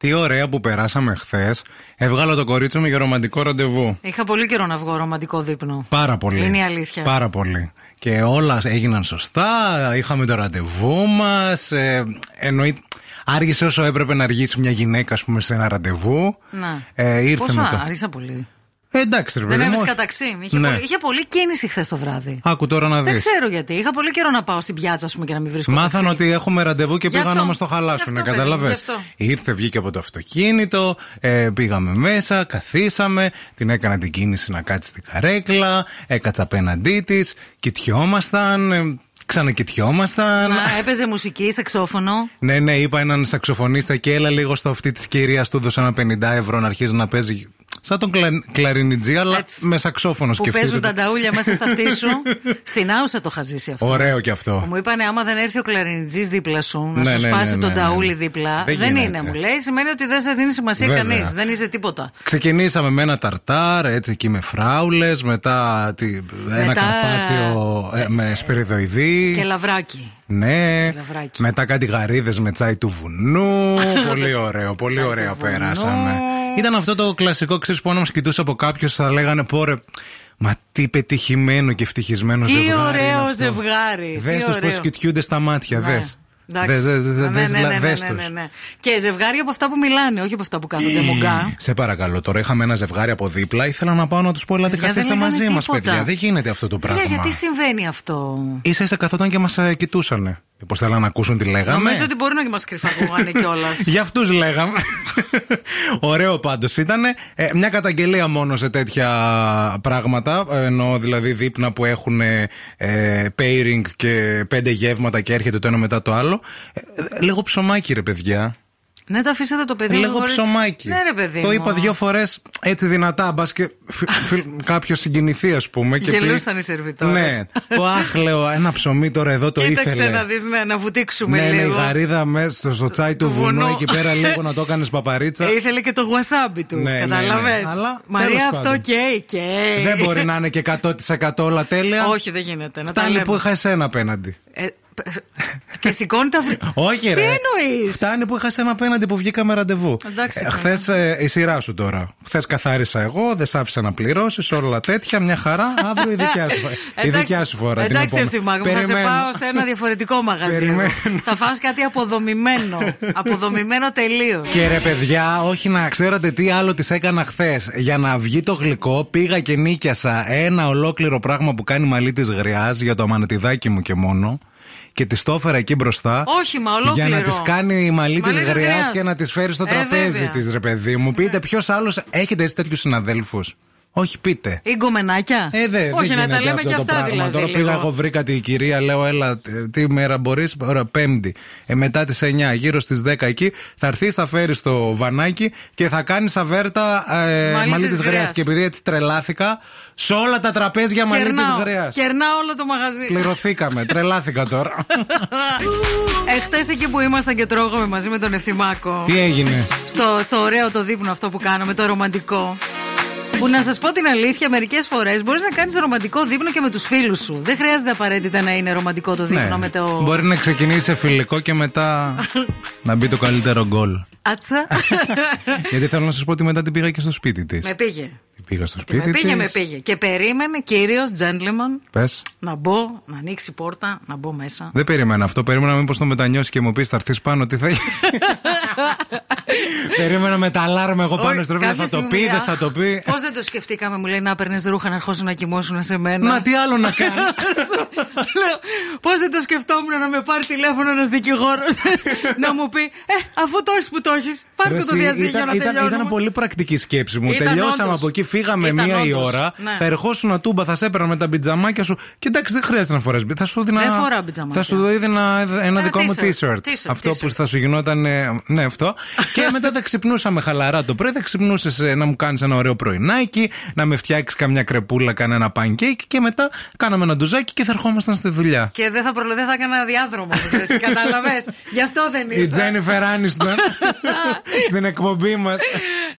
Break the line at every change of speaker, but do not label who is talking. Τι ωραία που περάσαμε χθες. Έβγαλα το κορίτσι μου για ρομαντικό ραντεβού.
Είχα πολύ καιρό να βγω ρομαντικό δείπνο.
Πάρα πολύ.
Είναι η αλήθεια.
Πάρα πολύ. Και όλα έγιναν σωστά. Είχαμε το ραντεβού μας. Ε, εννοεί. Άργησε όσο έπρεπε να αργήσει μια γυναίκα, ας πούμε, σε ένα ραντεβού.
Να.
Ε, ήρθε
Πόσο
με το.
άρισα πολύ.
Ε, εντάξει, ρε
Δεν
παιδί μου,
έβρισκα
όχι.
ταξί. Είχε,
Ναι.
πολύ, είχε πολύ κίνηση χθες το βράδυ.
Άκου τώρα να
Δεν
δεις.
ξέρω γιατί. Είχα πολύ καιρό να πάω στην πιάτσα, ας πούμε, και να μην βρίσκω.
Μάθαν
ταξί.
ότι έχουμε ραντεβού και
Γι'
πήγαν
αυτό.
όμως το
Γι'
χαλάσουν,
αυτό, παιδί μου,
καταλαβέ.
γι' αυτό.
Ήρθε, βγήκε από το αυτοκίνητο, ε, πήγαμε μέσα, καθίσαμε, την έκανα την κίνηση να κάτσει στην καρέκλα, έκατσα απέναντί της, κοιτιόμασταν, ε, ξανακοιτιόμασταν.
Να, έπαιζε μουσική, σαξόφωνο.
Ναι, ναι, είπα έναν σαξοφωνίστα και έλα λίγο στο αυτή της κυρίας, του έδωσα ένα 50 ευρώ να αρχίζει να παίζει. Σαν τον κλα... κλαρινιτζή, αλλά
Έτσι.
με σαξόφωνο
Που
σκεφτείτε.
παίζουν
το.
τα νταούλια μέσα στα αυτή σου. Στην άουσα το είχα ζήσει αυτό.
Ωραίο κι αυτό.
Μου είπανε, άμα δεν έρθει ο κλαρινιτζής δίπλα σου, να
Ναι,
σου
ναι,
σπάσει
ναι,
τον
ναι, ναι.
ταούλι δίπλα.
Δεν
δεν
γίνεται.
είναι, μου λέει. Σημαίνει ότι δεν σε δίνει σημασία
Βέβαια.
κανείς. Δεν είσαι τίποτα.
Ξεκινήσαμε με ένα ταρτάρ, έτσι εκεί με φράουλες, μετά τι- ένα
Μετά-
καρπάτσιο ε, με σπεριδοειδή.
Και λαβράκι.
Ναι,
λαβράκι.
μετά κάτι γαρίδες με τσάι του βουνού. πολύ ωραίο, πολύ
Τσάι του
ωραία
βουνού.
πέρασαμε. Ήταν αυτό το κλασικό, ξέρεις που αν μας κοιτούσε από κάποιος θα λέγανε πόρε. Μα τι πετυχημένο και ευτυχισμένο
Τι
ζευγάρι. είναι
ωραίο
αυτό».
ζευγάρι.
Δες
τι
τους πώ
ωραίο.
κοιτιούνται στα μάτια.
Ναι.
Δες.
Εντάξει.
Δες, δες,
Ναι,
δες,
ναι,
δες,
ναι, ναι,
δες
ναι,
τους.
ναι, ναι. Και ζευγάρι από αυτά που μιλάνε, όχι από αυτά που κάθονται μογκά.
Σε παρακαλώ, τώρα είχαμε ένα ζευγάρι από δίπλα. Ήθελα να πάω να τους πω: Ελάτε,
Παιδιά,
καθίστε
Ε, δεν λέγανε
μαζί μα,
τίποτα.
παιδιά. Δεν γίνεται αυτό το πράγμα.
Παιδιά, γιατί συμβαίνει αυτό.
σα ίσα καθόταν και μας κοιτούσανε. Πώ θέλαν να ακούσουν τι λέγαμε.
Νομίζω ότι μπορεί να και μα κρυφακούγανε κιόλας.
Για αυτούς λέγαμε. Ωραίο πάντως ήταν. μια καταγγελία μόνο σε τέτοια πράγματα. ε, Εννοώ δηλαδή δείπνα που έχουν ε, ε, pairing και πέντε γεύματα και έρχεται το ένα μετά το άλλο. Ε, ε, λίγο ψωμάκι, ρε παιδιά.
ναι, τα αφήσατε το παιδί
Λίγο
μου, μπορεί-
ψωμάκι.
Ναι, ρε παιδί.
Το
μου.
είπα δύο φορές έτσι δυνατά, μπας και φι- φι- κάποιος συγκινηθεί, ας πούμε. Και πει-
Γελούσαν οι σερβιτόρες.
Ναι. Το αχ, λέω, ένα ψωμί τώρα εδώ το
Κοίταξε να
ήθελε.
δεις, ναι, να βουτήξουμε
Ναι, ναι, η
λίγο.
γαρίδα μέσα στο, στο τσάι του
Του βουνού.
βουνού, εκεί πέρα λίγο να το έκανες παπαρίτσα.
Ε, ήθελε και το γουασάμπι του.
Ναι, ναι, ναι.
Καταλαβες.
Αλλά, τέλος
Μαρία, αυτό
πάντων.
καίει, καίει.
Δεν μπορεί να είναι και 100% όλα τέλεια.
Όχι, δεν γίνεται. Να τα
Φτάνει
λέμε.
που είχα εσένα απέναντι.
Ε, π- και σηκώνει τα βρυ-
Όχι,
Τι
ρε.
εννοείς.
Φτάνει που είχα ένα απέναντι που βγήκαμε ραντεβού.
Εντάξει, καλά.
Χθε η σειρά σου τώρα. Χθες καθάρισα εγώ, δεν σ' άφησα να πληρώσεις, όλα τέτοια. Μια χαρά. Αύριο η δικιά σου, η δικιά σου φορά. την
Εντάξει,
επόμενη.
ευθυμά, θα σε
Περιμένω.
πάω σε ένα διαφορετικό μαγαζί.
Περιμένω.
θα φας κάτι αποδομημένο. αποδομημένο τελείως.
Και ρε παιδιά, όχι να ξέρατε τι άλλο της έκανα χθες. Για να βγει το γλυκό, πήγα και νίκιασα ένα ολόκληρο πράγμα που κάνει μαλλί της γριάς για το αμανατιδάκι μου και μόνο. Και τη το έφερα εκεί μπροστά.
Όχημα, ολόκληρο.
Για να της κάνει η μαλλί της
Μαλλί της
γριάς
γριάς.
και να της φέρει στο
Ε,
τραπέζι
βέβαια. Ναι.
της, ρε παιδί μου. Πείτε ποιος άλλος. Έχετε έτσι τέτοιους συναδέλφους. Όχι, πείτε.
Ή γκομενάκια.
Ε, δε,
Όχι,
δεν
να
γίνεται
τα λέμε
αυτό
και
το
αυτά
πράγμα.
δηλαδή.
Τώρα
λίγο.
πήγα, εγώ βρήκα την κυρία, λέω, έλα, τε- τι μέρα μπορείς, ώρα Πέμπτη. Ε, μετά τις 9, γύρω στις 10 εκεί, θα έρθεις, θα φέρεις το βανάκι και θα κάνεις αβέρτα ε,
Μαλλί
μαλλί
της
της γραία.
γριάς.
Και επειδή έτσι τρελάθηκα, σε όλα τα τραπέζια μαλλί της
Κερνάω.
γραία.
Κερνάω όλο το μαγαζί.
Κληρωθήκαμε, τρελάθηκα τώρα.
Εχθέ Ε, εκεί που ήμασταν και τρώγαμε μαζί με τον Ευθυμάκο.
τι έγινε.
στο, στο ωραίο το δείπνο αυτό που κάναμε, το ρομαντικό. Που να σας πω την αλήθεια, μερικές φορές μπορείς να κάνεις ρομαντικό δείπνο και με τους φίλους σου. Δεν χρειάζεται απαραίτητα να είναι ρομαντικό το δείπνο με το.
Ναι. Μπορεί να ξεκινήσει σε φιλικό και μετά να μπει το καλύτερο γκολ.
Άτσα.
Γιατί θέλω να σας πω ότι μετά την πήγα και στο σπίτι της.
με πήγε.
Πήγα στο
Με
σπίτι
πήγε,
τη.
με πήγε. Και περίμενε κυρίως gentleman
Πες.
να μπω, να ανοίξει πόρτα, να μπω μέσα.
Δεν περίμενα αυτό. Περίμενα μήπω το μετανιώσει και μου πεις θα έρθεις πάνω, τι θα γίνει. περίμενα με τα αλάρμα εγώ πάνω στο ρεύμα. Θα το πει, δεν θα το πει.
Πώς δεν το σκεφτήκαμε, μου λέει να παίρνεις ρούχα να ερχόσουν να κοιμώσουν σε μένα.
Να τι άλλο να κάνω.
Πώς δεν το σκεφτόμουν να με πάρει τηλέφωνο ένας δικηγόρος να μου πει Ε, αφού το έχεις που το έχεις, πάρτε το
Ρε, εσύ,
διαζύγιο να
ήταν, ήταν,
τελειώνουμε.
ήταν πολύ πρακτική σκέψη μου.
Ήταν
Τελειώσαμε
όντως.
από εκεί, φύγαμε
Ήταν
μία η
όντως.
ώρα.
Ναι.
Θα ερχόσουν τούμπα, θα σε έπαιρνα με τα πιτζαμάκια σου. Κοιτάξτε, δεν χρειάζεται να φορές. Θα σου έδινα,
Δεν φοράω πιτζαμάκια.
Θα σου έδινα ένα
Ένα
δικό μου
t-shirt.
t-shirt.
T-shirt,
Αυτό
t-shirt.
που θα σου γινόταν. ε, Ναι, αυτό. και μετά θα ξυπνούσαμε χαλαρά το πρωί. Θα ξυπνούσες να μου κάνεις ένα ωραίο πρωινάκι, να με φτιάξεις καμιά κρεπούλα, κανένα pancake και μετά κάναμε ένα ντουζάκι και θα ερχόμασταν στη δουλειά.
Και δεν θα, προλα... δεν θα έκανα διάδρομο, κατάλαβες. Γι' αυτό δεν
Η
ήρθα.
Τζένιφερ Άνιστον στην εκπομπή μας.